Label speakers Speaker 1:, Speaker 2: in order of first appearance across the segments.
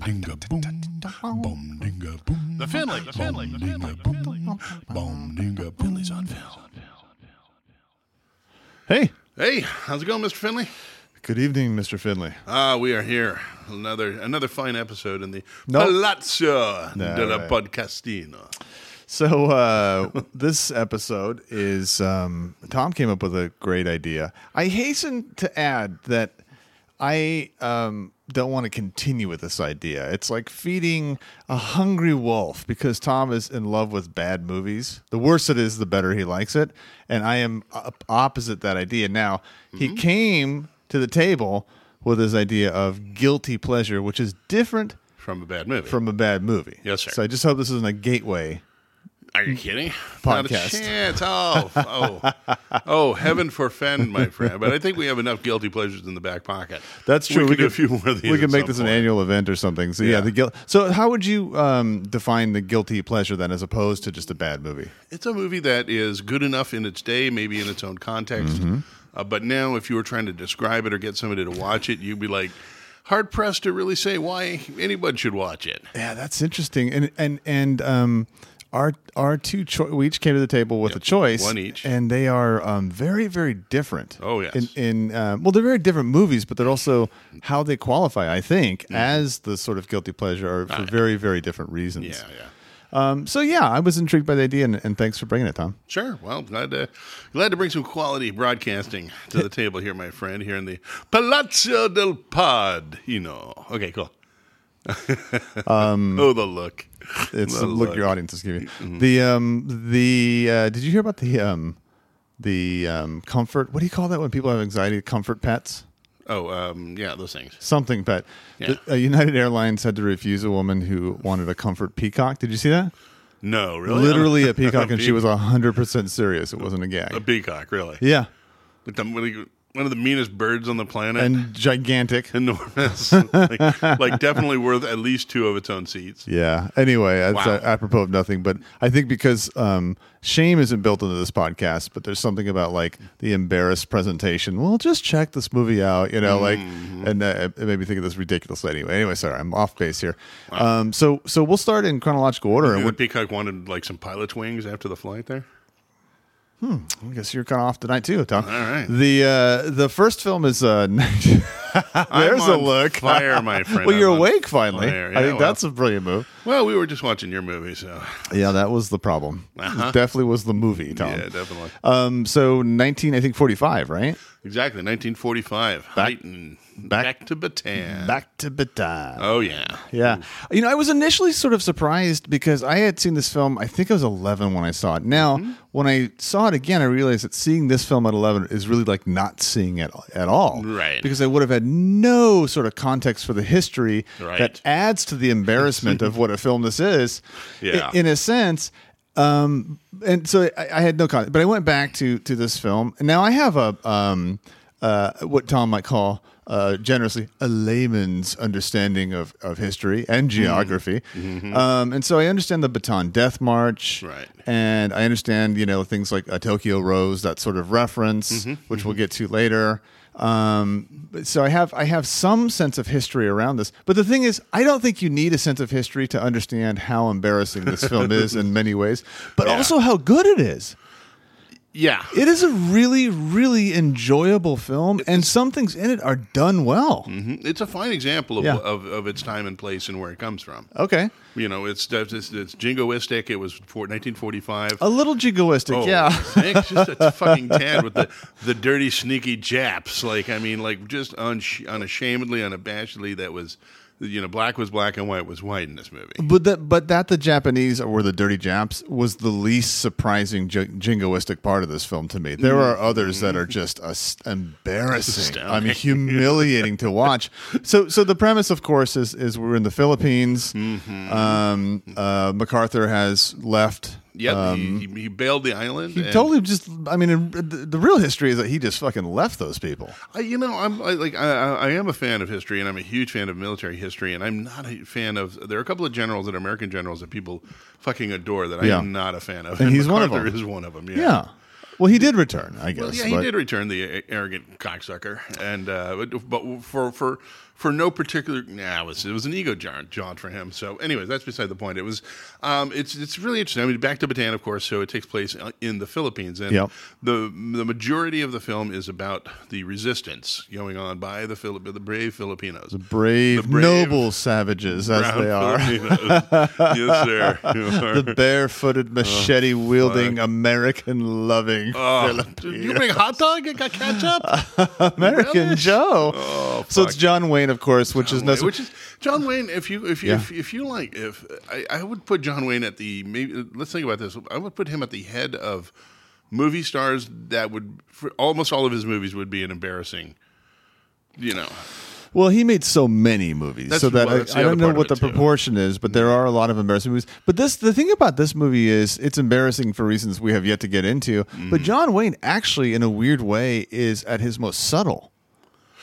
Speaker 1: dinga boom, boom dinga boom.
Speaker 2: The Finley, the Finley, the Finley, the Finley.
Speaker 1: boom dinga boom. Finley's on film.
Speaker 3: Hey,
Speaker 2: Hey, how's it going, Mr. Finley?
Speaker 3: good evening, Mr. Finley.
Speaker 2: Ah, we are here. Another another fine episode in the
Speaker 3: No.
Speaker 2: Palazzo
Speaker 3: No,
Speaker 2: della
Speaker 3: right.
Speaker 2: Podcastina.
Speaker 3: So uh, this episode is um, Tom came up with a great idea. I hasten to add that I um, don't want to continue with this idea. It's like feeding a hungry wolf because Tom is in love with bad movies. The worse it is, the better he likes it, and I am op- opposite that idea. Now
Speaker 2: Mm-hmm.
Speaker 3: he came to the table with his idea of guilty pleasure, which is different
Speaker 2: From a bad movie.
Speaker 3: from a bad movie.
Speaker 2: Yes, sir.
Speaker 3: So I just hope this isn't a gateway.
Speaker 2: are you kidding? Not a
Speaker 3: Podcast.
Speaker 2: chance. Oh, oh, oh, heaven forfend, my friend. But I think we have enough guilty pleasures in the back pocket.
Speaker 3: That's true.
Speaker 2: We, could do a few more of these.
Speaker 3: We
Speaker 2: at
Speaker 3: could make
Speaker 2: some
Speaker 3: this an
Speaker 2: point.
Speaker 3: annual event or something. So yeah,
Speaker 2: Yeah.
Speaker 3: the guilt. So how would you um, define the guilty pleasure then, as opposed to just a bad movie?
Speaker 2: It's a movie that is good enough in its day, maybe in its own context.
Speaker 3: Mm-hmm.
Speaker 2: Uh, but now, if you were trying to describe it or get somebody to watch it, you'd be like hard pressed to really say why anyone should watch it.
Speaker 3: Yeah, that's interesting. And and and um, our our two cho- we each came to the table with a choice,
Speaker 2: one each.
Speaker 3: and they are um, very very different.
Speaker 2: Oh, yes.
Speaker 3: In, in um, well, they're very different movies, but they're also how they qualify. I think
Speaker 2: Mm-hmm.
Speaker 3: as the sort of guilty pleasure are for very very different reasons.
Speaker 2: Ah, Yeah, yeah.
Speaker 3: Um, so yeah, I was intrigued by the idea, and, and thanks for bringing it, Tom.
Speaker 2: Sure. Well, glad to glad to bring some quality broadcasting to the table here, my friend, here in the Palazzo del Pod. You know. Okay, cool.
Speaker 3: Um,
Speaker 2: oh, the look.
Speaker 3: It's
Speaker 2: The
Speaker 3: the look,
Speaker 2: look. Mm-hmm.
Speaker 3: your audience is giving you. The um the uh, did you hear about the um the um comfort? What do you call that when people have anxiety? Comfort pets.
Speaker 2: Oh, um, yeah, those things.
Speaker 3: Something pet.
Speaker 2: Yeah.
Speaker 3: The- uh, United Airlines had to refuse a woman who wanted a comfort peacock. Did you see that?
Speaker 2: No, really.
Speaker 3: Literally a peacock, and she
Speaker 2: peac-
Speaker 3: was hundred percent serious. It wasn't a gag.
Speaker 2: a peacock, really.
Speaker 3: yeah,
Speaker 2: Like the, one of the meanest birds on the planet.
Speaker 3: and gigantic.
Speaker 2: enormous. like, like definitely worth at least two of its own seats.
Speaker 3: Yeah. Anyway, that's
Speaker 2: Wow.
Speaker 3: uh, apropos of nothing, but I think because um, shame isn't built into this podcast, but there's something about like the embarrassed presentation. Well, just check this movie out, you know,
Speaker 2: Mm-hmm.
Speaker 3: like, and uh, it made me think of this ridiculous lady. Anyway, sorry, I'm off base here. Um, so, so we'll start in chronological order, and
Speaker 2: Would
Speaker 3: what,
Speaker 2: Peacock wanted like some pilot's wings after the flight there?
Speaker 3: I guess you're kind of off tonight too, Tom. All
Speaker 2: right.
Speaker 3: The uh, the first film is uh, there's
Speaker 2: I'm
Speaker 3: a
Speaker 2: on
Speaker 3: look.
Speaker 2: Fire, my friend.
Speaker 3: well,
Speaker 2: I'm
Speaker 3: you're
Speaker 2: on
Speaker 3: awake finally.
Speaker 2: fire.
Speaker 3: I
Speaker 2: Yeah,
Speaker 3: think
Speaker 2: well.
Speaker 3: that's a brilliant move.
Speaker 2: Well, we were just watching your movie, so
Speaker 3: Yeah, that was the problem.
Speaker 2: Uh-huh.
Speaker 3: It definitely was the movie, Tom.
Speaker 2: yeah, definitely.
Speaker 3: Um, so nineteen, I think forty-five, right?
Speaker 2: Exactly, 1945. Back, back, to Bataan.
Speaker 3: Back to Bataan.
Speaker 2: Oh yeah,
Speaker 3: Uh, Yeah, you know, I was initially sort of surprised because I had seen this film. I think I was eleven when I saw it. Now, when I saw it again, I realized that seeing this film at eleven is really like not seeing it at all,
Speaker 2: Right.
Speaker 3: Because I would have had no sort of context for the history
Speaker 2: Right.
Speaker 3: that adds to the embarrassment of what a film this is.
Speaker 2: Yeah.
Speaker 3: I- in a sense. and so I, I had no contact, but I went back to to this film, and now I have a um, uh, what Tom might call uh, generously a layman's understanding of, of history and geography, um, and so I understand the Bataan Death March,
Speaker 2: Right.
Speaker 3: And I understand you know things like a Tokyo Rose, that sort of reference,
Speaker 2: Mm-hmm,
Speaker 3: which we'll get to later. Um, but- so I have I have some sense of history around this, but the thing is, I don't think you need a sense of history to understand how embarrassing this film is in many ways, but
Speaker 2: Yeah.
Speaker 3: also how good it is.
Speaker 2: yeah.
Speaker 3: It is a really, really enjoyable film, and some things in it are done well.
Speaker 2: Mhm. It's a fine example of,
Speaker 3: Yeah.
Speaker 2: of of its time and place and where it comes from.
Speaker 3: Okay,
Speaker 2: You know, it's it's, it's jingoistic. It was for 1945.
Speaker 3: a little jingoistic,
Speaker 2: Oh,
Speaker 3: yeah.
Speaker 2: thanks. just a fucking tad with the, the dirty, sneaky Japs. Like, I mean, like just unsh- unashamedly, unabashedly, that was, you know, black was black and white was white in this movie.
Speaker 3: But that, but that the Japanese were the dirty Japs was the least surprising j- jingoistic part of this film to me. There are others that are just as- embarrassing.
Speaker 2: Mm-hmm. Astounding.
Speaker 3: I mean, humiliating to watch. So, so the premise, of course, is is we're in the Philippines.
Speaker 2: Mm-hmm.
Speaker 3: Um, uh, MacArthur has left. Um,
Speaker 2: Yep, he, he bailed the island.
Speaker 3: He
Speaker 2: and-
Speaker 3: totally just. I mean, in- the, the real history is that he just fucking left those people.
Speaker 2: I, you know, I'm I, like I, I I am a fan of history, and I'm a huge fan of military history, and I'm not a fan of. There are a couple of generals that are American generals that people fucking adore that I
Speaker 3: Yeah.
Speaker 2: am not a fan of,
Speaker 3: And he's one of
Speaker 2: MacArthur
Speaker 3: them.
Speaker 2: Is one of them. Yeah.
Speaker 3: Yeah. Well, he did return, I guess.
Speaker 2: Yeah, he
Speaker 3: but-
Speaker 2: did return the arrogant cocksucker, and uh, but, but for for for no particular, nah, it was it was an ego jaunt, jaunt for him. So, anyways, that's beside the point. It was, um, it's it's really interesting. I mean, back to Bataan, of course. So it takes place uh, in the Philippines, and
Speaker 3: Yep.
Speaker 2: the the majority of the film is about the resistance going on by the Philip the brave Filipinos.
Speaker 3: Brave,
Speaker 2: The brave
Speaker 3: noble savages as
Speaker 2: Brown
Speaker 3: they are.
Speaker 2: Filipinos. yes, sir. You are.
Speaker 3: The
Speaker 2: Oh,
Speaker 3: barefooted, machete wielding, American loving
Speaker 2: Dude, Oh, you bring hot dog and got ketchup?
Speaker 3: American
Speaker 2: Really? Oh,
Speaker 3: Joe. so it's John Wayne, of course, which is no.
Speaker 2: Wayne, which is John Wayne. If you if you
Speaker 3: Yeah.
Speaker 2: if, if you like if I, I would put John Wayne at the maybe let's think about this. I would put him at the head of movie stars that would for almost all of his movies would be an embarrassing. You know,
Speaker 3: well, he made so many movies,
Speaker 2: That's-
Speaker 3: so that
Speaker 2: well,
Speaker 3: I-
Speaker 2: that's the
Speaker 3: I,
Speaker 2: other
Speaker 3: don't know
Speaker 2: part of
Speaker 3: what
Speaker 2: it,
Speaker 3: the
Speaker 2: too. Mm.
Speaker 3: proportion is, but there are a lot of embarrassing movies. But this, the thing about this movie is, it's embarrassing for reasons we have yet to get into.
Speaker 2: Mm.
Speaker 3: But John Wayne, actually, in a weird way, is at his most subtle.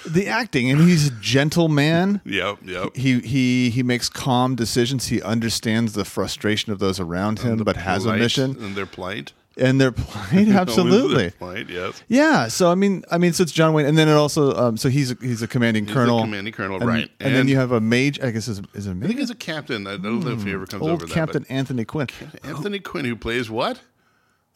Speaker 3: The acting, and he's a gentle man.
Speaker 2: yep, yep.
Speaker 3: he he he makes calm decisions. He understands the frustration of those around him, but has a
Speaker 2: Plight
Speaker 3: mission
Speaker 2: and their plight.
Speaker 3: and their plight.
Speaker 2: Their
Speaker 3: Absolutely,
Speaker 2: plight. Yes.
Speaker 3: yeah. So I mean, I mean, so it's John Wayne, and then it also, um, so he's a, he's a commanding
Speaker 2: The
Speaker 3: colonel,
Speaker 2: commanding colonel,
Speaker 3: and,
Speaker 2: right?
Speaker 3: And, then you have a major. I guess is is it a
Speaker 2: I think
Speaker 3: major?
Speaker 2: he's a captain. I don't know if he ever comes
Speaker 3: Hmm. Old
Speaker 2: over that.
Speaker 3: Captain
Speaker 2: but
Speaker 3: Anthony Quinn,
Speaker 2: Anthony Quinn, who plays what?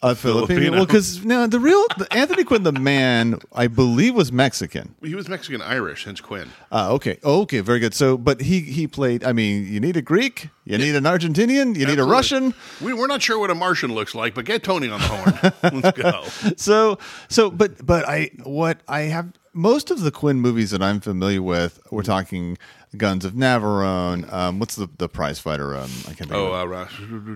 Speaker 3: a Filipino.
Speaker 2: Filipino.
Speaker 3: Well, because no, the real the Anthony Quinn, the man, I believe was Mexican.
Speaker 2: He was Mexican Irish, hence Quinn.
Speaker 3: Uh, okay, oh, okay, very good. So, but he he played. I mean, you need a Greek, you need an Argentinian, you need a
Speaker 2: Absolutely.
Speaker 3: Russian.
Speaker 2: We, we're not sure what a Martian looks like, but get Tony on the horn. Let's go.
Speaker 3: so so but but i what i have most of the quinn movies that i'm familiar with we're talking guns of navarone um, what's the the prize fighter um, i can't think
Speaker 2: Oh,
Speaker 3: of
Speaker 2: uh, Ra-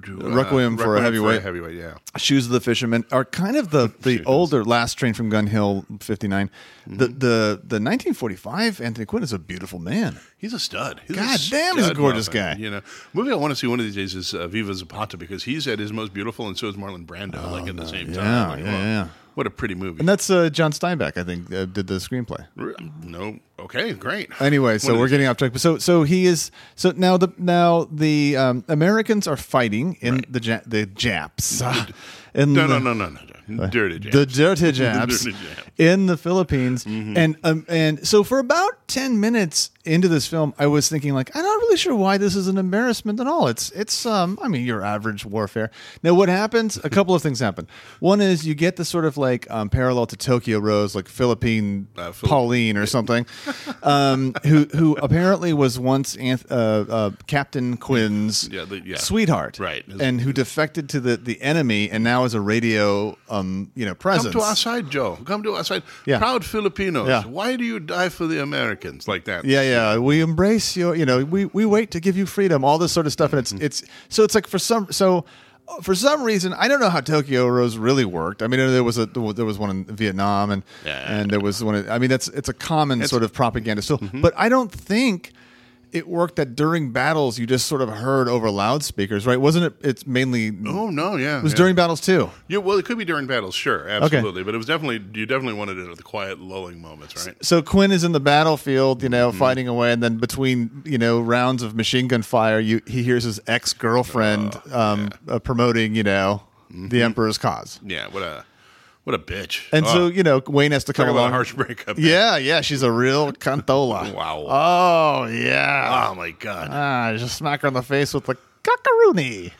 Speaker 3: Requiem for a Heavyweight.
Speaker 2: heavyweight, yeah.
Speaker 3: it. shoes of the fisherman are kind of the the older last train from gun hill 59 the the
Speaker 2: Mm-hmm.
Speaker 3: the 1945 anthony quinn is a beautiful man
Speaker 2: He's a stud. He's
Speaker 3: God
Speaker 2: a
Speaker 3: damn, he's a
Speaker 2: stud
Speaker 3: gorgeous
Speaker 2: muffin,
Speaker 3: guy.
Speaker 2: You know, movie I want to see one of these days is uh, Viva Zapata because he's at his most beautiful, and so is Marlon Brando. like at the same
Speaker 3: Oh, yeah,
Speaker 2: time. Like,
Speaker 3: yeah,
Speaker 2: wow,
Speaker 3: yeah.
Speaker 2: What a pretty movie.
Speaker 3: and that's uh, john steinbeck i think uh, did the screenplay
Speaker 2: no, okay, great.
Speaker 3: anyway, so
Speaker 2: What
Speaker 3: we're
Speaker 2: is-
Speaker 3: getting off track. But so so he is so now the now the um, Americans are fighting in the ja- the Japs. in the-
Speaker 2: no, no, no, no, no, no. Dirty James.
Speaker 3: The dirty Japs
Speaker 2: dirty Mm-hmm. Japs.
Speaker 3: in the Philippines, and um, and so for about ten minutes into this film, I was thinking like I'm not really sure why this is an embarrassment at all. It's it's um I mean your average warfare. Now what happens? A couple of things happen. One is you get the sort of like um, parallel to Tokyo Rose, like Philippine
Speaker 2: Uh, Phil-
Speaker 3: Pauline or something, um, who who apparently was once Anth- uh, uh, Captain Quinn's
Speaker 2: Yeah, the- yeah.
Speaker 3: sweetheart,
Speaker 2: Right.
Speaker 3: And who defected to the, the enemy and now is a radio um you know
Speaker 2: Come
Speaker 3: presence.
Speaker 2: to our side, Joe. Come to our side.
Speaker 3: Yeah.
Speaker 2: Proud Filipinos.
Speaker 3: Yeah.
Speaker 2: Why do you die for the Americans like that?
Speaker 3: Yeah, yeah. We embrace your, you know, we, we wait to give you freedom, all this sort of stuff. And it's,
Speaker 2: Mm-hmm.
Speaker 3: it's, so it's like for some, so uh, for some reason, I don't know how Tokyo Rose really worked. I mean, there was a, there was one in Vietnam and,
Speaker 2: Yeah. Mm-hmm.
Speaker 3: and there was one, in- I mean, that's, it's a common sort of propaganda. So, but I don't think it worked that during battles you just sort of heard over loudspeakers, right? Wasn't it? It's mainly, it
Speaker 2: Oh no, yeah. It
Speaker 3: was during battles too.
Speaker 2: Yeah, well, it could be during battles, sure, absolutely, but it was definitely you definitely wanted it at the quiet, lulling moments, right?
Speaker 3: so Quinn is in the battlefield, you
Speaker 2: Mm-hmm.
Speaker 3: know, fighting away, and then between you know rounds of machine gun fire, you he hears his ex
Speaker 2: Oh,
Speaker 3: girlfriend um, uh, promoting, you know,
Speaker 2: Mm-hmm.
Speaker 3: the Emperor's cause,
Speaker 2: Yeah, what a what a bitch.
Speaker 3: and
Speaker 2: oh,
Speaker 3: so you know Wayne has to come
Speaker 2: talk about a
Speaker 3: along.
Speaker 2: harsh breakup.
Speaker 3: yeah, yeah, she's a real cantola.
Speaker 2: Wow.
Speaker 3: Oh yeah.
Speaker 2: Oh my god.
Speaker 3: Ah, just smack her in the face with the cockaroony.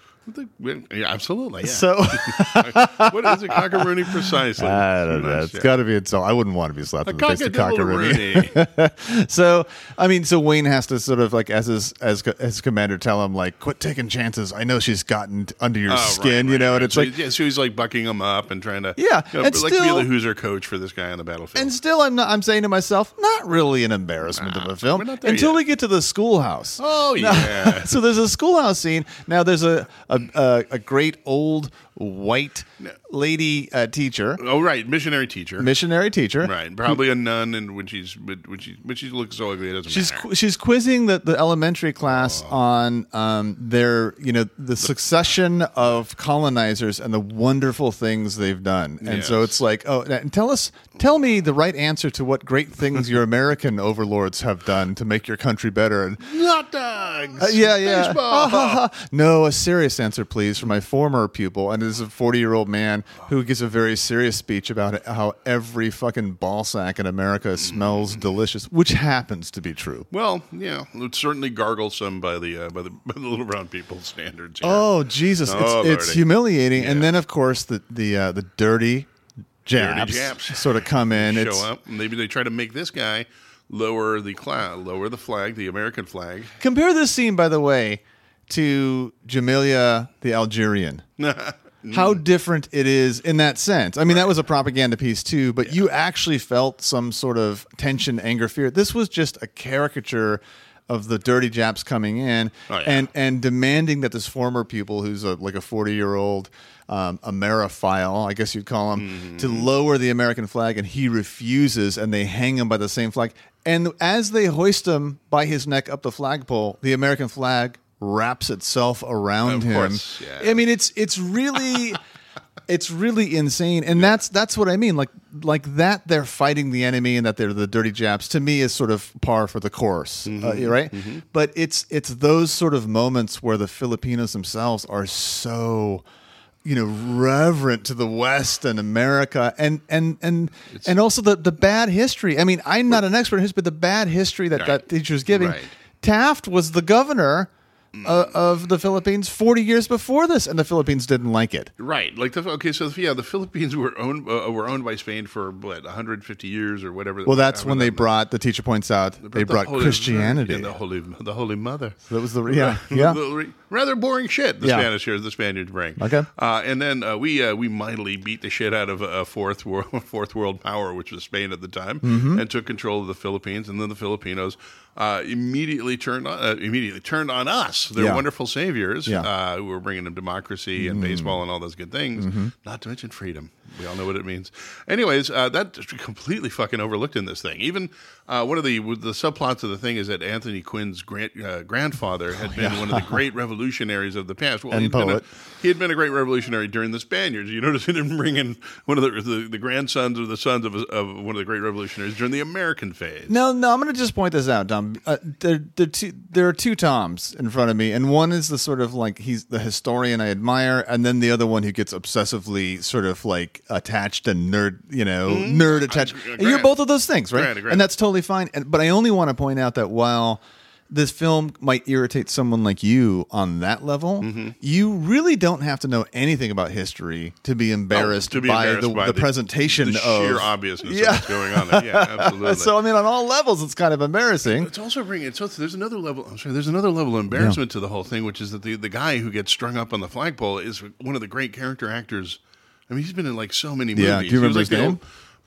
Speaker 2: Yeah, absolutely. Yeah.
Speaker 3: So
Speaker 2: what is a cockaroonie precisely?
Speaker 3: I don't know. It's got to be insult. I wouldn't want to be slapped
Speaker 2: a
Speaker 3: in the face. with cockaroony.
Speaker 2: cockaroonie.
Speaker 3: So I mean, so Wayne has to sort of like as his as as commander tell him like quit taking chances. I know she's gotten t- under your
Speaker 2: Oh, right,
Speaker 3: skin, you
Speaker 2: right,
Speaker 3: know,
Speaker 2: right.
Speaker 3: and it's
Speaker 2: so,
Speaker 3: like
Speaker 2: yeah, so he's like bucking him up and trying to
Speaker 3: Yeah,
Speaker 2: you know,
Speaker 3: and
Speaker 2: like
Speaker 3: still-
Speaker 2: be the who's our coach for this guy on the battlefield.
Speaker 3: and still I'm not I'm saying to myself, not really an embarrassment of a film
Speaker 2: we're not there
Speaker 3: until
Speaker 2: yet.
Speaker 3: we get to the schoolhouse.
Speaker 2: oh yeah.
Speaker 3: So there's a schoolhouse scene. Now there's a a, a, a great old white lady uh, teacher,
Speaker 2: oh right, missionary teacher.
Speaker 3: missionary teacher.
Speaker 2: Right, probably a nun, and when she's when she when she looks so ugly, it doesn't
Speaker 3: She's
Speaker 2: matter. Oh.
Speaker 3: qu- she's quizzing the, the elementary class on um, their you know the succession of colonizers and the wonderful things they've done, and so
Speaker 2: Yes.
Speaker 3: it's like oh, and tell us tell me the right answer to what great things your American overlords have done to make your country better. And, uh,
Speaker 2: Hot dogs. Oh,
Speaker 3: yeah, yeah.
Speaker 2: Baseball.
Speaker 3: no, a serious answer, please, from my former pupil. And this is a 40 year old man who gives a very serious speech about how every fucking ball sack in America
Speaker 2: Mm.
Speaker 3: smells delicious, which happens to be true.
Speaker 2: Well, yeah, it would certainly gargle some by the uh, by the by the little brown people standards. Here.
Speaker 3: Oh Jesus,
Speaker 2: Oh,
Speaker 3: it's, it's
Speaker 2: Lordy.
Speaker 3: humiliating. And
Speaker 2: Yeah.
Speaker 3: then of course the the uh, the dirty jabs,
Speaker 2: Japs.
Speaker 3: sort of come in.
Speaker 2: show
Speaker 3: it's,
Speaker 2: up. Maybe they try to make this guy lower the cloud, lower the flag, the American flag.
Speaker 3: Compare this scene, by the way, to Jamelia the Algerian. How different it is in that sense. I mean, that was a propaganda piece too, but you actually felt some sort of tension, anger, fear. This was just a caricature of the dirty Japs coming in
Speaker 2: Oh, yeah.
Speaker 3: and and demanding that this former pupil, who's a, like a forty year old um, Ameriphile, I guess you'd call him,
Speaker 2: Mm-hmm.
Speaker 3: to lower the American flag, and he refuses, and they hang him by the same flag. And as they hoist him by his neck up the flagpole, the American flag wraps itself around
Speaker 2: Of
Speaker 3: him.
Speaker 2: course, yeah.
Speaker 3: I mean, it's it's really. It's really insane, and that's that's what I mean. Like like that, they're fighting the enemy, and that they're the dirty Japs. To me, is sort of par for the course, uh, you're right? But it's it's those sort of moments where the Filipinos themselves are so, you know, reverent to the West and America, and and and and also the the bad history. I mean, I'm not an expert in history, but the bad history that that teacher was giving.
Speaker 2: Right.
Speaker 3: Taft was the governor. Uh, of the Philippines 40 years before this, and the Philippines didn't like it.
Speaker 2: Right, like the okay, so yeah, the Philippines were owned uh, were owned by Spain for what 150 years or whatever.
Speaker 3: Well, that's
Speaker 2: however
Speaker 3: when
Speaker 2: that-
Speaker 3: they brought the teacher points out they
Speaker 2: the
Speaker 3: brought
Speaker 2: Holy-
Speaker 3: Christianity.
Speaker 2: and the holy the Holy Mother.
Speaker 3: that was the yeah yeah.
Speaker 2: The- rather boring shit. The
Speaker 3: Yeah.
Speaker 2: Spanish here, the Spaniards bring.
Speaker 3: Okay.
Speaker 2: uh, and then uh, we uh, we mightily beat the shit out of a fourth world fourth world power, which was Spain at the time,
Speaker 3: Mm-hmm.
Speaker 2: and took control of the Philippines. And then the Filipinos uh, immediately turned on uh, immediately turned on us, their
Speaker 3: Yeah.
Speaker 2: wonderful saviors,
Speaker 3: Yeah. Mm-hmm.
Speaker 2: uh, who were bringing them democracy and baseball and all those good things. Not to mention freedom. We all know what it means. Anyways, uh, that's completely fucking overlooked in this thing. Even uh, one of the the subplots of the thing is that Anthony Quinn's grand, uh, grandfather had been one of the great revolutionaries of the past. Well,
Speaker 3: Oh, And
Speaker 2: he'd been a-
Speaker 3: poet.
Speaker 2: he had been a great revolutionary during the Spaniards. You notice he didn't bring in one of the the, the grandsons or the sons of, of one of the great revolutionaries during the American phase.
Speaker 3: No, no, I'm going to just point this out, Tom. Uh, there, there, are two, there are two Toms in front of me, and one is the sort of like he's the historian I admire, and then the other one who gets obsessively sort of like attached and nerd, you know,
Speaker 2: Hmm?
Speaker 3: nerd attached.
Speaker 2: I- I
Speaker 3: And you're
Speaker 2: grant.
Speaker 3: both of those things, right?
Speaker 2: Grant, I grant.
Speaker 3: And that's totally fine. And, but I only want to point out that while this film might irritate someone like you on that level,
Speaker 2: Mm-hmm.
Speaker 3: you really don't have to know anything about history to be embarrassed,
Speaker 2: Oh, to be
Speaker 3: by,
Speaker 2: embarrassed
Speaker 3: the,
Speaker 2: by
Speaker 3: the
Speaker 2: the-
Speaker 3: presentation
Speaker 2: The sheer
Speaker 3: of.
Speaker 2: obviousness
Speaker 3: Yeah.
Speaker 2: of what's going on. There. Yeah, absolutely.
Speaker 3: so I mean, on all levels, it's kind of embarrassing.
Speaker 2: It's also bringing. It's also, there's another level. I'm sorry. There's another level of embarrassment to the whole thing, which is that the the guy who gets strung up on the flagpole is one of the great character actors. I mean, he's been in like so many
Speaker 3: Yeah,
Speaker 2: movies.
Speaker 3: do you
Speaker 2: He was,
Speaker 3: remember
Speaker 2: like,
Speaker 3: his
Speaker 2: the
Speaker 3: name?
Speaker 2: old-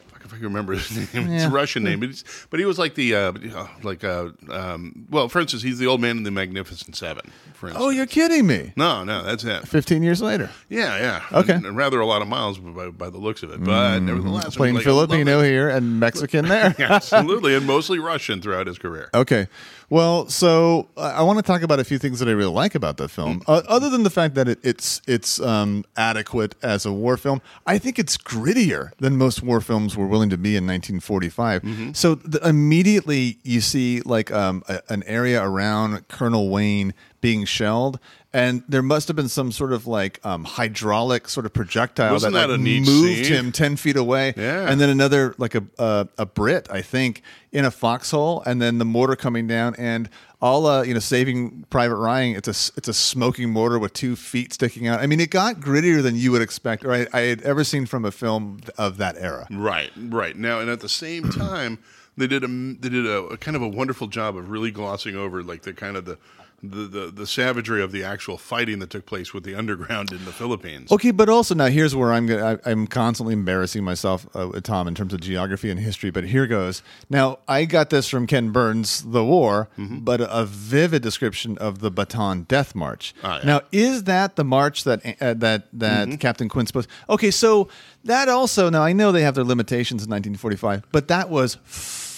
Speaker 2: Fuck if I can remember his name. It's
Speaker 3: Yeah.
Speaker 2: a Russian name, but, he's, but he was like the uh, you know, like uh, um, well, for instance, he's the old man in the Magnificent Seven. For instance.
Speaker 3: Oh, you're kidding me.
Speaker 2: no, no, that's it.
Speaker 3: 15 years later.
Speaker 2: Yeah, yeah.
Speaker 3: Okay. Mm-hmm.
Speaker 2: And rather a lot of miles by, by the looks of it, but nevertheless, I'm
Speaker 3: Playing
Speaker 2: like, I love
Speaker 3: Filipino
Speaker 2: it.
Speaker 3: here and Mexican there.
Speaker 2: absolutely, and mostly Russian throughout his career.
Speaker 3: Okay. Well, so uh, I want to talk about a few things that I really like about the
Speaker 2: Mm.
Speaker 3: film. Uh, other than the fact that it, it's it's um, adequate as a war film, I think it's grittier than most war films were willing to be in 1945.
Speaker 2: Mm-hmm.
Speaker 3: So th- immediately you see like um, a- an area around Colonel Wayne being shelled. And there must have been some sort of like um, hydraulic sort of projectile
Speaker 2: Wasn't
Speaker 3: that,
Speaker 2: that
Speaker 3: like,
Speaker 2: a neat
Speaker 3: moved
Speaker 2: scene?
Speaker 3: him ten feet away,
Speaker 2: Yeah.
Speaker 3: and then another like a uh, a Brit, I think, in a foxhole, and then the mortar coming down, and all uh, you know, Saving Private Ryan. It's a s- it's a smoking mortar with two feet sticking out. I mean, it got grittier than you would expect, or I, I had ever seen from a film of that era.
Speaker 2: Right, right. Now, and at the same time, they did a they did a, a kind of a wonderful job of really glossing over like the kind of the the, the the savagery of the actual fighting that took place with the underground in the Philippines.
Speaker 3: Okay, but also now here's where I'm gonna, I, I'm constantly embarrassing myself, uh, with Tom, in terms of geography and history. But here goes. Now I got this from Ken Burns, The War,
Speaker 2: Mm-hmm.
Speaker 3: but a vivid description of the Bataan Death March.
Speaker 2: Ah, yeah. Mm-hmm.
Speaker 3: Now is that the march that uh, that that Captain Quinn supposed? Okay, so that also now I know they have their limitations in 1945, but that was.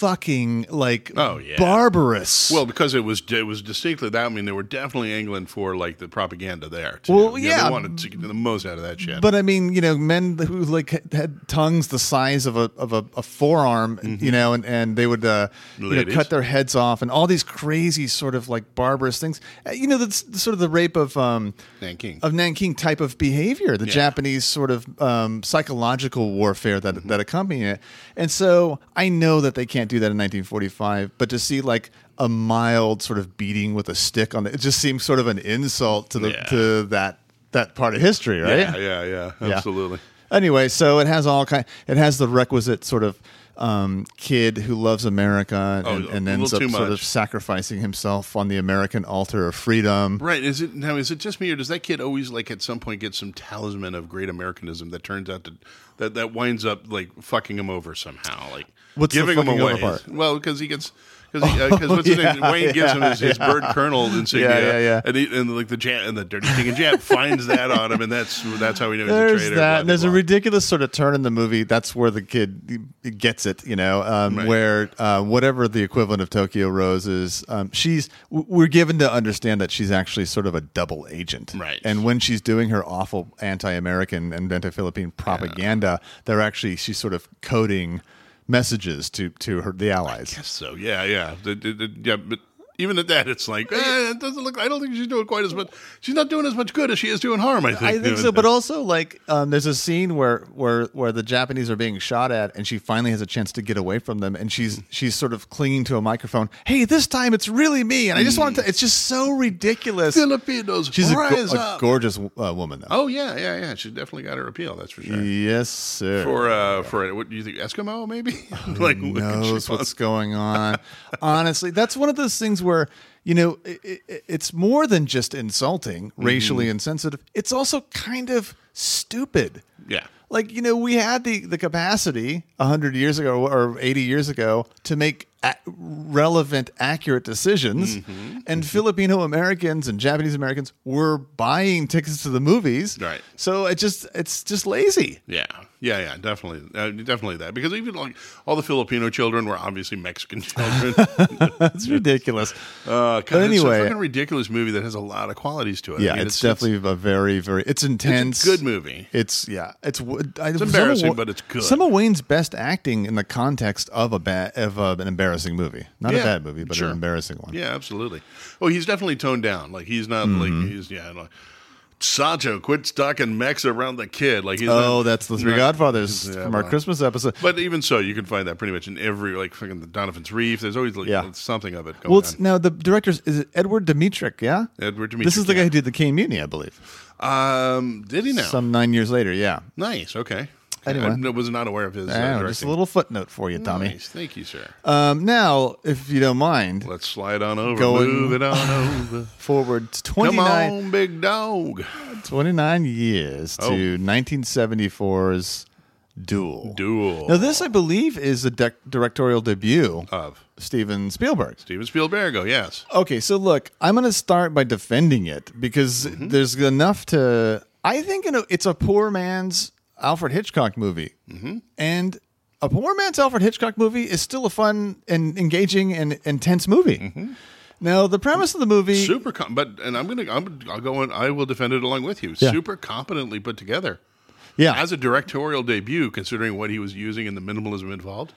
Speaker 3: fucking like
Speaker 2: Oh, yeah.
Speaker 3: barbarous.
Speaker 2: Well, because it was it was distinctly that. I mean, they were definitely angling for like the propaganda there. Too.
Speaker 3: Well,
Speaker 2: You know,
Speaker 3: yeah.
Speaker 2: they wanted to get the most out of that shit.
Speaker 3: But I mean, you know, men who like had- had tongues the size of a of a, a forearm, you know, and, and they would uh, you know,
Speaker 2: Mm-hmm. Ladies.
Speaker 3: cut their heads off and all these crazy sort of like barbarous things. Uh, You know, that's sort of the rape of um
Speaker 2: Nanking.
Speaker 3: of Nanking type of behavior, the Japanese sort of um, psychological warfare that
Speaker 2: Mm-hmm.
Speaker 3: that accompany it. And so I know that they can't do that in 1945, but to see like a mild sort of beating with a stick on it, it just seems sort of an insult to the
Speaker 2: Yeah.
Speaker 3: to that that part of history, right?
Speaker 2: Yeah, yeah, eh. yeah,
Speaker 3: Yeah.
Speaker 2: absolutely.
Speaker 3: Anyway, so it has all kind. It has the requisite sort of um, kid who loves America and,
Speaker 2: Oh, a
Speaker 3: and
Speaker 2: little
Speaker 3: ends up
Speaker 2: too
Speaker 3: sort of
Speaker 2: much.
Speaker 3: sacrificing himself on the American altar of freedom.
Speaker 2: Right? Is it now? Is it just me, or does that kid always like at some point get some talisman of great Americanism that turns out to that that winds up like fucking him over somehow? Like
Speaker 3: What's the
Speaker 2: giving him
Speaker 3: fucking over
Speaker 2: away?
Speaker 3: part?
Speaker 2: Well, because he gets. Because uh 'cause what's his
Speaker 3: yeah,
Speaker 2: name? Wayne gives him his, his bird colonel insignia,
Speaker 3: yeah, yeah.
Speaker 2: and he, and like the jab and the dirty thing, and jab finds that on him, and that's that's how we know he's a
Speaker 3: There's
Speaker 2: traitor. blah,
Speaker 3: that.
Speaker 2: blah,
Speaker 3: And there's a
Speaker 2: blah.
Speaker 3: ridiculous sort of turn in the movie. That's where the kid gets it, you know, um,
Speaker 2: Right.
Speaker 3: where uh, whatever the equivalent of Tokyo Rose is, um, she's w- we're given to understand that she's actually sort of a double agent.
Speaker 2: Right.
Speaker 3: And when she's doing her awful anti-American and anti-Philippine propaganda, they're actually she's sort of coding messages to to her the allies.
Speaker 2: Guess so. Yeah, yeah, The- the- the- yeah. But even at that, it's like eh, it doesn't look. I don't think she's doing quite as much. She's not doing as much good as she is doing harm. I think.
Speaker 3: I think so, but also like um, there's a scene where where where the Japanese are being shot at, and she finally has a chance to get away from them, and
Speaker 2: Mm.
Speaker 3: she's she's sort of clinging to a microphone. Hey, this time it's really me, and I just want to. It's just so ridiculous.
Speaker 2: Filipinos
Speaker 3: She's a, go-
Speaker 2: Mm. rise
Speaker 3: a
Speaker 2: up.
Speaker 3: gorgeous uh, woman, though.
Speaker 2: oh yeah, yeah, yeah. She's definitely got her appeal. That's for sure.
Speaker 3: yes, sir.
Speaker 2: Oh. For uh, for what do you think? Eskimo maybe? like
Speaker 3: Who
Speaker 2: look at
Speaker 3: knows
Speaker 2: Chipotle.
Speaker 3: what's going on. Honestly, that's one of those things where you know it, it, it's more than just insulting, racially
Speaker 2: Mm-hmm.
Speaker 3: insensitive. It's also kind of stupid.
Speaker 2: Yeah.
Speaker 3: like you know, we had the the capacity hundred years ago or eighty years ago to make. A- relevant, accurate decisions,
Speaker 2: Mm-hmm.
Speaker 3: and Filipino Americans and Japanese Americans were buying tickets to the movies.
Speaker 2: Right.
Speaker 3: So it just it's just lazy.
Speaker 2: Yeah, yeah, yeah, definitely, uh, definitely that because even like all the Filipino children were obviously Mexican children.
Speaker 3: It's ridiculous.
Speaker 2: uh, but
Speaker 3: anyway-
Speaker 2: it's a fucking ridiculous movie that has a lot of qualities to it. I
Speaker 3: Yeah,
Speaker 2: mean,
Speaker 3: it's, definitely a very, very. It's intense.
Speaker 2: it's a good movie.
Speaker 3: It's yeah. It's it's
Speaker 2: embarrassing, but it's good.
Speaker 3: Some of Wayne's best acting in the context of a bad of uh an embarrassing movie, not a
Speaker 2: Yeah,
Speaker 3: bad movie, but
Speaker 2: sure.
Speaker 3: an embarrassing one.
Speaker 2: Yeah, absolutely. Oh, he's definitely toned down. Like he's not
Speaker 3: Mm-hmm.
Speaker 2: like he's yeah. Like, Sancho, quit stocking mechs around the kid. Like he's
Speaker 3: Oh,
Speaker 2: not-
Speaker 3: that's the Three
Speaker 2: not-
Speaker 3: Godfathers
Speaker 2: Yeah,
Speaker 3: from our
Speaker 2: well.
Speaker 3: Christmas episode.
Speaker 2: But even so, you can find that pretty much in every like fucking Donovan's Reef. There's always like
Speaker 3: Yeah.
Speaker 2: something of it going
Speaker 3: well, it's,
Speaker 2: on.
Speaker 3: now the director's is it Edward Dimitrik? Yeah,
Speaker 2: Edward
Speaker 3: This is
Speaker 2: Dmytryk,
Speaker 3: the guy
Speaker 2: yeah.
Speaker 3: who did the Kane Mutiny, I believe.
Speaker 2: Um, did he now?
Speaker 3: Some nine years later. Yeah.
Speaker 2: nice. Okay.
Speaker 3: Anyway.
Speaker 2: I was not aware of his. Uh,
Speaker 3: I don't know, just a
Speaker 2: directing.
Speaker 3: little footnote for you, Tommy.
Speaker 2: Nice. Thank you, sir.
Speaker 3: Um, now, if you don't mind,
Speaker 2: Let's slide on over.
Speaker 3: Going-
Speaker 2: Move it on over.
Speaker 3: forward to
Speaker 2: Come
Speaker 3: 29,
Speaker 2: on, big dog.
Speaker 3: 29 years
Speaker 2: Oh.
Speaker 3: to 1974's Duel.
Speaker 2: Duel
Speaker 3: Now, this, I believe, is the dec directorial debut of
Speaker 2: of
Speaker 3: Steven Spielberg.
Speaker 2: Steven Spielberg. Oh, yes.
Speaker 3: Okay, so look, I'm going to start by defending it because
Speaker 2: Mm-hmm.
Speaker 3: there's enough to. I think you know, it's a poor man's Alfred Hitchcock movie.
Speaker 2: Mm-hmm.
Speaker 3: And a poor man's Alfred Hitchcock movie is still a fun and engaging and intense movie.
Speaker 2: Mm-hmm.
Speaker 3: Now, the premise of the movie.
Speaker 2: Super, com- but and I'm gonna, I'm, I'll go and I will defend it along with you.
Speaker 3: Yeah.
Speaker 2: Super competently put together.
Speaker 3: yeah.
Speaker 2: as a directorial debut, considering what he was using and the minimalism involved,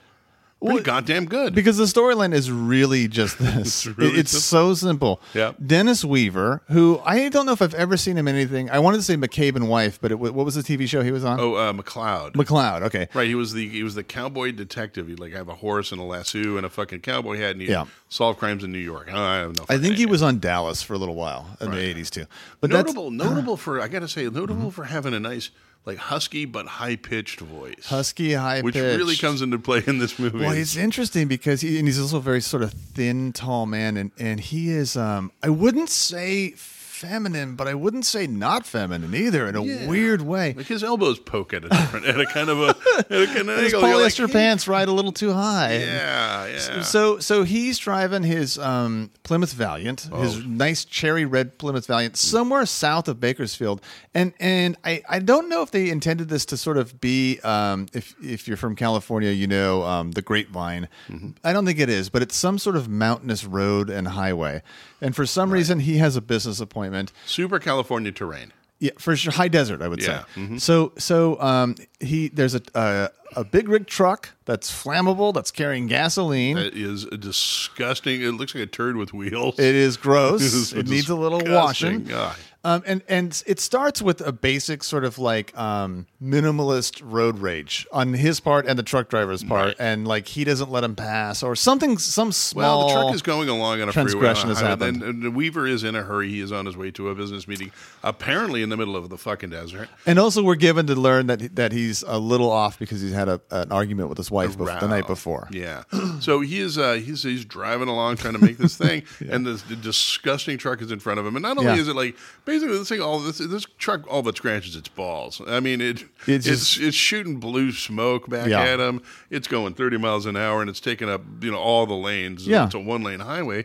Speaker 3: Well,
Speaker 2: pretty goddamn good.
Speaker 3: Because the storyline is really just this.
Speaker 2: It's really
Speaker 3: It- it's so simple.
Speaker 2: Yeah.
Speaker 3: Dennis Weaver, who I don't know if I've ever seen him in anything. I wanted to say McCabe and Wife, but it, wa- what was the TV show he was on?
Speaker 2: oh, uh, McLeod.
Speaker 3: McLeod. Okay.
Speaker 2: Right, he was the he was the cowboy detective. He'd like have a horse and a lasso and a fucking cowboy hat, and he
Speaker 3: Yeah.
Speaker 2: would solve crimes in New York. Oh, I have no.
Speaker 3: I think he was on Dallas for a little while in the 80s too. But Mm-hmm.
Speaker 2: notable, notable for I gotta say, notable for having a nice like husky but high pitched voice,
Speaker 3: that's husky high
Speaker 2: which really comes into play in this movie.
Speaker 3: Well, it's interesting because he, and he's also a very sort of thin, tall man, and and he is. Um, I wouldn't say feminine, but I wouldn't say not feminine either in a
Speaker 2: Yeah.
Speaker 3: weird way.
Speaker 2: Like his elbows poke at a different, at a kind of a, at a kind of
Speaker 3: His
Speaker 2: angle. You're like,
Speaker 3: polyester pants ride a little too high.
Speaker 2: Yeah, yeah.
Speaker 3: So so he's driving his um, Plymouth Valiant,
Speaker 2: Oh.
Speaker 3: his nice cherry red Plymouth Valiant, somewhere south of Bakersfield, and and I, I don't know if they intended this to sort of be um, if if you're from California, you know um, the Grapevine.
Speaker 2: Mm-hmm.
Speaker 3: I don't think it is, but it's some sort of mountainous road and highway, and for some reason he has a business appointment.
Speaker 2: Super California terrain.
Speaker 3: Yeah, for sure, high desert, I would
Speaker 2: Yeah, Mm-hmm.
Speaker 3: say. So, so um, he there's a, a a big rig truck that's flammable, that's carrying gasoline.
Speaker 2: It is a disgusting. It looks like a turd with wheels.
Speaker 3: It is gross.
Speaker 2: This is
Speaker 3: it needs a little
Speaker 2: disgusting.
Speaker 3: washing.
Speaker 2: God.
Speaker 3: Um, and and it starts with a basic sort of like um, minimalist road rage on his part and the truck driver's part, and like he doesn't let him pass or something. Some
Speaker 2: Well,
Speaker 3: small.
Speaker 2: the truck is going along on a freeway.
Speaker 3: transgression has happened.
Speaker 2: And the Weaver is in a hurry. He is on his way to a business meeting, apparently in the middle of the fucking desert.
Speaker 3: and also, we're given to learn that that he's a little off because he's had a, an argument with his wife bef- the
Speaker 2: Wow.
Speaker 3: night before.
Speaker 2: Yeah. So he is uh, he's he's driving along trying to make this thing, and this disgusting truck is in front of him. And not only
Speaker 3: Yeah.
Speaker 2: is it like basically this thing all this this truck all but scratches its balls. I mean it
Speaker 3: It's
Speaker 2: it's it's,
Speaker 3: just-
Speaker 2: shooting blue smoke back
Speaker 3: Yeah.
Speaker 2: at him. It's going thirty miles an hour and it's taking up you know all the lanes.
Speaker 3: Yeah.
Speaker 2: It's a one lane highway.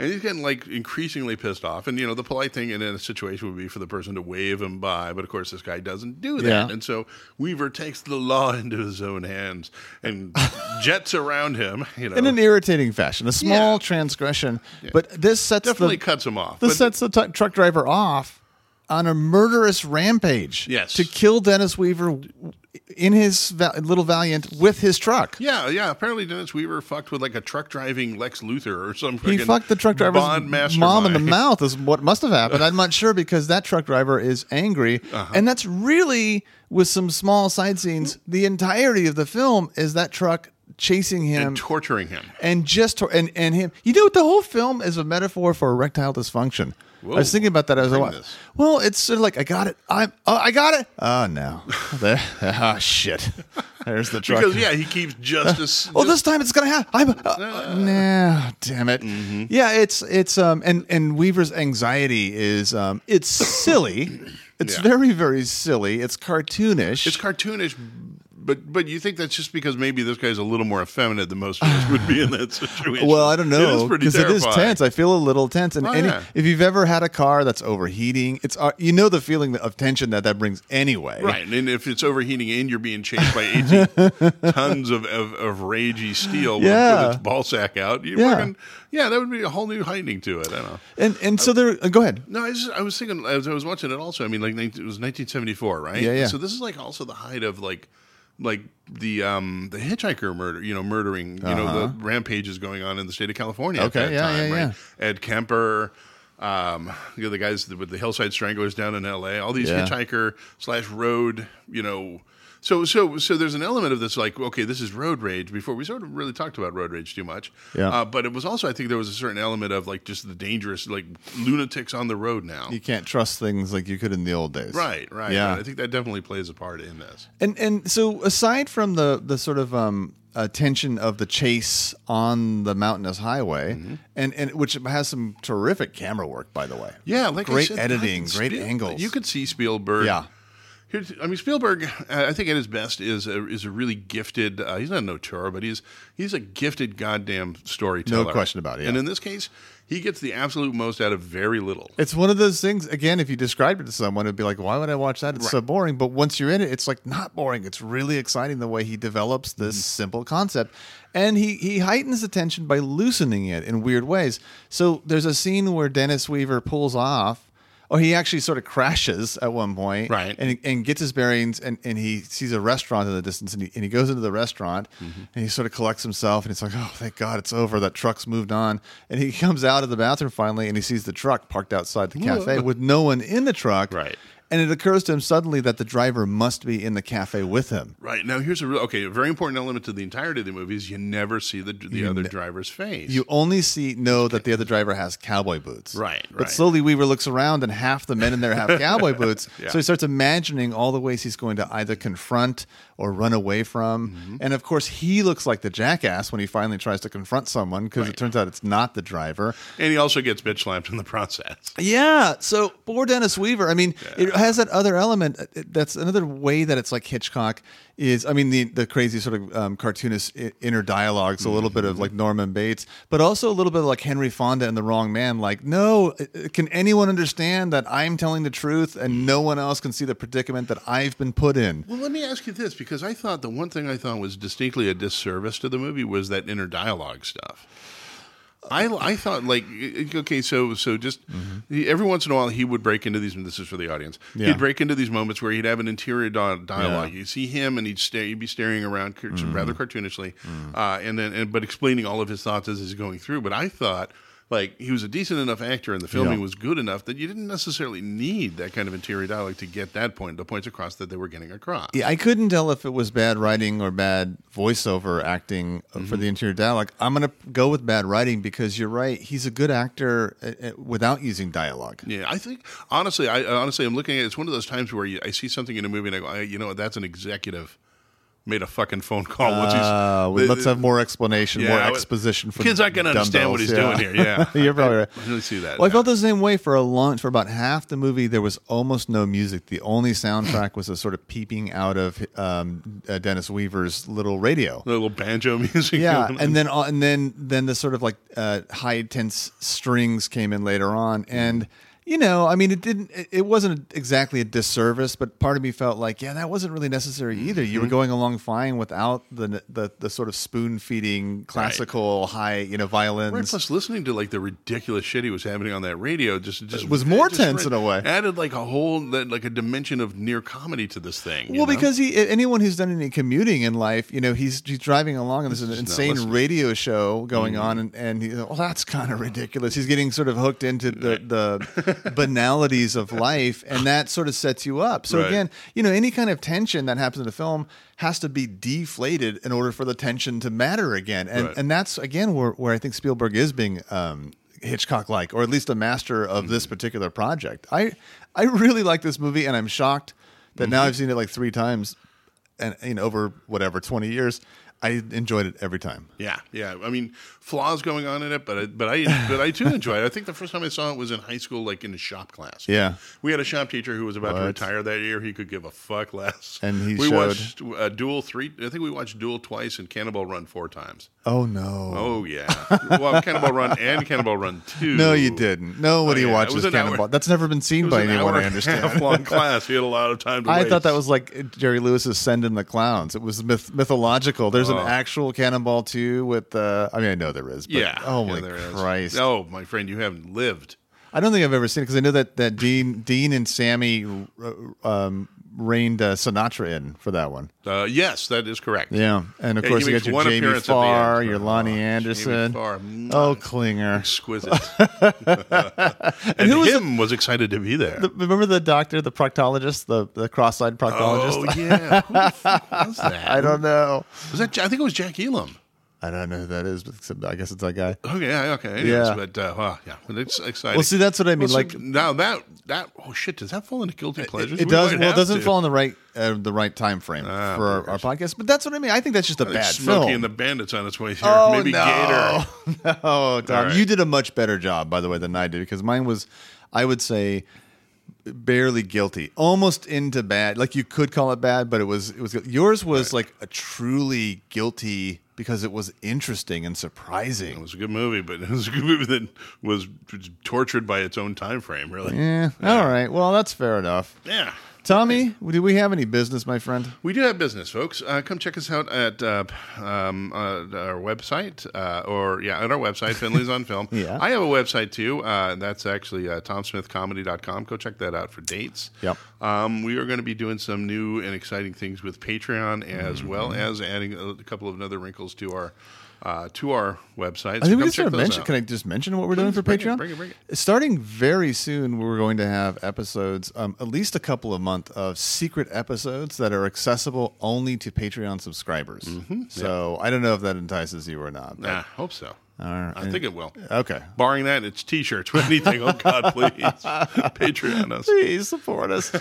Speaker 2: And he's getting like increasingly pissed off. And you know, the polite thing in a situation would be for the person to wave him by, but of course this guy doesn't do that.
Speaker 3: Yeah.
Speaker 2: And so Weaver takes the law into his own hands and jets around him. You know,
Speaker 3: In an irritating fashion, a small
Speaker 2: Yeah.
Speaker 3: transgression, but this sets
Speaker 2: definitely
Speaker 3: the
Speaker 2: cuts him off.
Speaker 3: This
Speaker 2: But
Speaker 3: sets the t- truck driver off on a murderous rampage.
Speaker 2: Yes.
Speaker 3: To kill Dennis Weaver w- in his va- little Valiant with his truck.
Speaker 2: yeah, yeah. Apparently, Dennis Weaver fucked with like a truck driving Lex Luthor or some.
Speaker 3: He
Speaker 2: friggin'
Speaker 3: fucked the truck driver's
Speaker 2: bond
Speaker 3: mom in the
Speaker 2: mastermind.
Speaker 3: mouth, is what must have happened. I'm not sure because that truck driver is angry.
Speaker 2: Uh-huh.
Speaker 3: And that's really, with some small side scenes, the entirety of the film is that truck chasing him
Speaker 2: and torturing him.
Speaker 3: and just tor- and and him. You know what? The whole film is a metaphor for erectile dysfunction.
Speaker 2: Whoa.
Speaker 3: I was thinking about that as I
Speaker 2: Bring
Speaker 3: watched.
Speaker 2: this.
Speaker 3: Well, it's sort of like I got it. I'm. Oh, I got it. Oh no. There. Ah shit. There's the truck.
Speaker 2: Because yeah, he keeps justice.
Speaker 3: Oh, this time it's gonna happen. I'm, uh, uh, nah, damn it.
Speaker 2: mm-hmm.
Speaker 3: Yeah, it's it's um and and Weaver's anxiety is um it's silly. It's
Speaker 2: Yeah.
Speaker 3: very very silly. It's cartoonish.
Speaker 2: It's cartoonish, but but you think that's just because maybe this guy's a little more effeminate than most of us would be in that situation.
Speaker 3: Well, I don't know
Speaker 2: It is
Speaker 3: because it is tense.
Speaker 2: tense.
Speaker 3: I feel a little tense, and
Speaker 2: Oh,
Speaker 3: any,
Speaker 2: yeah.
Speaker 3: if you've ever had a car that's overheating, it's uh, you know the feeling of tension that that brings anyway.
Speaker 2: Right, and if it's overheating and you're being chased by 18 tons of, of, of ragey steel with,
Speaker 3: Yeah.
Speaker 2: with its ball sack out, you
Speaker 3: Yeah.
Speaker 2: fucking- yeah, that would be a whole new heightening to it. I don't know.
Speaker 3: And and so there. Uh, go ahead.
Speaker 2: No, I, just, I was thinking as I was watching it. Also, I mean, like 19, it was 1974, right?
Speaker 3: Yeah, yeah.
Speaker 2: So this is like also the height of like, like the um the hitchhiker murder, you know, murdering, you know, the rampages going on in the state of California.
Speaker 3: Uh-huh. Okay,
Speaker 2: at that
Speaker 3: yeah,
Speaker 2: time,
Speaker 3: yeah,
Speaker 2: right? Ed Kemper, um, you know, the guys with the hillside stranglers down in L.A. All these
Speaker 3: Yeah.
Speaker 2: hitchhiker slash road, you know. So, so, so there's an element of this, like, okay, this is road rage. Before we sort of really talked about road rage too much,
Speaker 3: Yeah.
Speaker 2: Uh, but it was also, I think, there was a certain element of like just the dangerous, like lunatics on the road now.
Speaker 3: You can't trust things like you could in the old days.
Speaker 2: Right, right.
Speaker 3: Yeah.
Speaker 2: right. I think that definitely plays a part in this.
Speaker 3: And and so aside from the the sort of um uh, tension of the chase on the mountainous highway,
Speaker 2: Mm-hmm.
Speaker 3: and and which has some terrific camera work, by the way.
Speaker 2: Yeah, like I
Speaker 3: Great
Speaker 2: said,
Speaker 3: editing,
Speaker 2: fucking
Speaker 3: great
Speaker 2: Spiel-
Speaker 3: angles.
Speaker 2: You could see Spielberg.
Speaker 3: Yeah.
Speaker 2: Here's, I mean, Spielberg. uh, I think at his best is a, is a really gifted. Uh, he's not an auteur, but he's he's a gifted goddamn storyteller.
Speaker 3: question about it, yeah.
Speaker 2: And in this case, he gets the absolute most out of very little.
Speaker 3: It's one of those things. Again, if you described it to someone, it'd be like, "Why would I watch that? It's so boring." But once you're in it, it's like not boring. It's really exciting the way he develops this simple concept, and he he heightens the tension by loosening it in weird ways. So there's a scene where Dennis Weaver pulls off, or Oh, he actually sort of crashes at one point,
Speaker 2: Right.
Speaker 3: And and gets his bearings, and, and he sees a restaurant in the distance, and he and he goes into the restaurant,
Speaker 2: Mm-hmm.
Speaker 3: and he sort of collects himself, and he's like, "Oh, thank God, it's over. That truck's moved on." And he comes out of the bathroom finally, and he sees the truck parked outside the cafe with no one in the truck,
Speaker 2: Right.
Speaker 3: And it occurs to him suddenly that the driver must be in the cafe with him.
Speaker 2: Right now, here's a real okay. A very important element to the entirety of the movie is you never see the the other driver's face.
Speaker 3: You only see know that the other driver has cowboy boots.
Speaker 2: Right, right.
Speaker 3: But slowly Weaver looks around and half the men in there have cowboy boots.
Speaker 2: Yeah.
Speaker 3: So he starts imagining all the ways he's going to either confront or run away from.
Speaker 2: Mm-hmm.
Speaker 3: And of course, he looks like the jackass when he finally tries to confront someone because it turns out it's not the driver.
Speaker 2: And he also gets bitch slapped in the process.
Speaker 3: Yeah. So poor Dennis Weaver. I mean, it has that other element. uh, That's another way that it's like Hitchcock is. I mean, the the crazy sort of um, cartoonist i- inner dialogues, a little bit of like Norman Bates, but also a little bit of like Henry Fonda and The Wrong Man. Like, no, uh, uh, can anyone understand that I'm telling the truth and no one else can see the predicament that I've been put in?
Speaker 2: Well, let me ask you this because I thought the one thing I thought was distinctly a disservice to the movie was that inner dialogue stuff. I, I thought like okay so so just he- every once in a while he would break into these this is for the audience
Speaker 3: Yeah.
Speaker 2: he'd break into these moments where he'd have an interior di- dialogue you see him and he'd stare he'd be staring around cur-
Speaker 3: Mm-hmm.
Speaker 2: rather cartoonishly uh, and then and, but explaining all of his thoughts as he's going through but I thought like he was a decent enough actor and the filming
Speaker 3: Yeah.
Speaker 2: was good enough that you didn't necessarily need that kind of interior dialogue to get that point the points across that they were getting across
Speaker 3: Yeah, I couldn't tell if it was bad writing or bad voiceover acting uh,
Speaker 2: Mm-hmm.
Speaker 3: for the interior dialogue. I'm going to go with bad writing because you're right. He's a good actor uh, uh, without using dialogue.
Speaker 2: Yeah, I think honestly, I honestly, I'm looking at it's one of those times where you, I see something in a movie and I go, I, you know, what, that's an executive made a fucking phone call. What's he's-
Speaker 3: Uh, well,
Speaker 2: the-
Speaker 3: let's
Speaker 2: the-
Speaker 3: have more explanation,
Speaker 2: Yeah,
Speaker 3: more
Speaker 2: I-
Speaker 3: exposition. For
Speaker 2: kid's not gonna understand what he's
Speaker 3: dumbbells,
Speaker 2: doing here, yeah.
Speaker 3: you're probably right.
Speaker 2: I really see that,
Speaker 3: Well, I
Speaker 2: yeah.
Speaker 3: felt the same way for a long, for about half the movie. There was almost no music. The only soundtrack was a sort of peeping out of um, uh, Dennis Weaver's little radio.
Speaker 2: the little banjo music.
Speaker 3: Yeah,
Speaker 2: going on.
Speaker 3: and then uh, and then then the sort of like uh, high tense strings came in later on, and you know, I mean, it didn't, it- it wasn't exactly a disservice, but part of me felt like, yeah, that wasn't really necessary either. You were
Speaker 2: Mm-hmm.
Speaker 3: going along fine without the the, the sort of spoon feeding classical high, you know, violins.
Speaker 2: Right, plus listening to like the ridiculous shit he was happening on that radio just just
Speaker 3: was more
Speaker 2: just
Speaker 3: tense
Speaker 2: re-
Speaker 3: in a way.
Speaker 2: Added like a whole like a dimension of near comedy to this thing. you
Speaker 3: Well,
Speaker 2: know?
Speaker 3: because he anyone who's done any commuting in life, you know, he's he's driving along and there's an insane
Speaker 2: listening.
Speaker 3: radio show going
Speaker 2: Mm-hmm.
Speaker 3: on, and and he, well, that's kind of ridiculous. He's getting sort of hooked into the the banalities of life, and that sort of sets you up. So
Speaker 2: Right.
Speaker 3: again, you know, any kind of tension that happens in a film has to be deflated in order for the tension to matter again, and
Speaker 2: Right.
Speaker 3: and that's again where where I think Spielberg is being. Um, Hitchcock like, or at least a master of
Speaker 2: Mm-hmm.
Speaker 3: this particular project. I I really like this movie, and I'm shocked that now
Speaker 2: Mm-hmm.
Speaker 3: I've seen it like three times, and you know, over whatever twenty years, I enjoyed it every time.
Speaker 2: Yeah, yeah. I mean, flaws going on in it, but I, but I but I do enjoy it. I think the first time I saw it was in high school, like in a shop class.
Speaker 3: Yeah.
Speaker 2: we had a shop teacher who was about to
Speaker 3: What?
Speaker 2: retire that year. He could give a fuck less.
Speaker 3: And he
Speaker 2: we
Speaker 3: showed-
Speaker 2: watched uh, Duel three. I think we watched Duel twice and Cannonball Run four times.
Speaker 3: Oh no,
Speaker 2: Oh yeah, well Cannonball Run and Cannonball Run two.
Speaker 3: no, you didn't. Nobody
Speaker 2: Oh, yeah. It
Speaker 3: watches
Speaker 2: was an hour-
Speaker 3: Cannonball. That's never been
Speaker 2: It
Speaker 3: seen
Speaker 2: was
Speaker 3: by
Speaker 2: an
Speaker 3: anyone.
Speaker 2: hour
Speaker 3: I
Speaker 2: and a
Speaker 3: understand.
Speaker 2: half long class. We had a lot of time to.
Speaker 3: I
Speaker 2: wait.
Speaker 3: thought that was like Jerry Lewis's "Send in the Clowns." It was myth- mythological. There's
Speaker 2: Oh.
Speaker 3: an actual Cannonball too. With uh, I mean, I know there is. But,
Speaker 2: Yeah.
Speaker 3: Oh
Speaker 2: Yeah,
Speaker 3: my
Speaker 2: there is.
Speaker 3: Christ!
Speaker 2: Oh, my friend, you haven't lived.
Speaker 3: I don't think I've ever seen it because I know that that Dean Dean and Sammy uh, um, reigned uh, Sinatra in for that one.
Speaker 2: Uh, yes, that is correct.
Speaker 3: Yeah, and of
Speaker 2: Yeah,
Speaker 3: course
Speaker 2: he
Speaker 3: you
Speaker 2: makes
Speaker 3: got your
Speaker 2: one
Speaker 3: Jamie
Speaker 2: appearance at the
Speaker 3: Farr,
Speaker 2: end.
Speaker 3: your
Speaker 2: Oh,
Speaker 3: Lonnie
Speaker 2: Jamie
Speaker 3: Anderson.
Speaker 2: Farr.
Speaker 3: Oh, Klinger.
Speaker 2: exquisite. and
Speaker 3: who was
Speaker 2: him was excited to be there.
Speaker 3: Remember the doctor, the proctologist, the, the cross-eyed proctologist?
Speaker 2: oh yeah, who the fuck was that?
Speaker 3: I don't know.
Speaker 2: Was that? Ja- I think it was Jack Elam.
Speaker 3: I don't know who that is, but except I guess it's that guy.
Speaker 2: Okay, yeah, okay, anyways,
Speaker 3: Yeah.
Speaker 2: but uh, wow, yeah, but it's exciting.
Speaker 3: Well, see, that's what I mean.
Speaker 2: Well, so
Speaker 3: Like
Speaker 2: now that that oh shit, does that fall into guilty pleasures?
Speaker 3: it
Speaker 2: We
Speaker 3: does.
Speaker 2: might
Speaker 3: Well, it
Speaker 2: have
Speaker 3: doesn't
Speaker 2: to. Ah,
Speaker 3: fall in the right uh, the right time frame for our, our podcast. But that's what I mean. I think that's just a
Speaker 2: Like
Speaker 3: bad
Speaker 2: Smokey
Speaker 3: film.
Speaker 2: and the Bandits on its way here.
Speaker 3: Oh,
Speaker 2: Maybe
Speaker 3: no.
Speaker 2: Gator.
Speaker 3: No, Tom,
Speaker 2: right.
Speaker 3: um, you did a much better job, by the way, than I did because mine was, I would say, barely guilty, almost into bad. Like you could call it bad, but it was it was yours was like a truly guilty because it was interesting and
Speaker 2: It
Speaker 3: surprising.
Speaker 2: was a good movie, but it was a good movie that was tortured by its own time frame. Really,
Speaker 3: Yeah. Eh, All right. Well, that's fair enough.
Speaker 2: yeah.
Speaker 3: Tommy, do we have any business, my friend?
Speaker 2: We do have business, folks. Uh, come check us out at uh, um, uh, our website, uh, or yeah, at our website, Finley's on Film.
Speaker 3: Yeah.
Speaker 2: I have a website too. Uh, that's actually uh, tomsmithcomedy.com. Go check that out for dates.
Speaker 3: Yep.
Speaker 2: Um, we are going to be doing some
Speaker 3: Mm-hmm.
Speaker 2: new and exciting things with Patreon, as well as adding a couple of other wrinkles to our uh, to our website. So
Speaker 3: I think we
Speaker 2: come
Speaker 3: just
Speaker 2: check
Speaker 3: sort of
Speaker 2: those
Speaker 3: mention.
Speaker 2: out.
Speaker 3: Can I just mention what we're doing
Speaker 2: Please,
Speaker 3: for
Speaker 2: bring it,
Speaker 3: Patreon?
Speaker 2: bring it, bring
Speaker 3: Starting very soon, we're going to have episodes, um, at least a couple a month, of secret episodes that are accessible only to Patreon subscribers.
Speaker 2: Mm-hmm.
Speaker 3: So I don't know if that entices you or not. but-
Speaker 2: Nah, hope so. I think it will.
Speaker 3: Okay.
Speaker 2: Barring that, it's T-shirts with anything. Oh God, please, Patreon us.
Speaker 3: Please support us.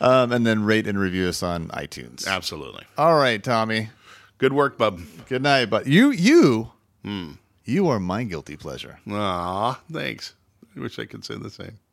Speaker 3: um, and then rate and review us on iTunes.
Speaker 2: Absolutely.
Speaker 3: All right, Tommy.
Speaker 2: Good work, bub.
Speaker 3: Good night. But you, you,
Speaker 2: Hmm.
Speaker 3: you are my guilty pleasure.
Speaker 2: Aw, thanks. I wish I could say the same.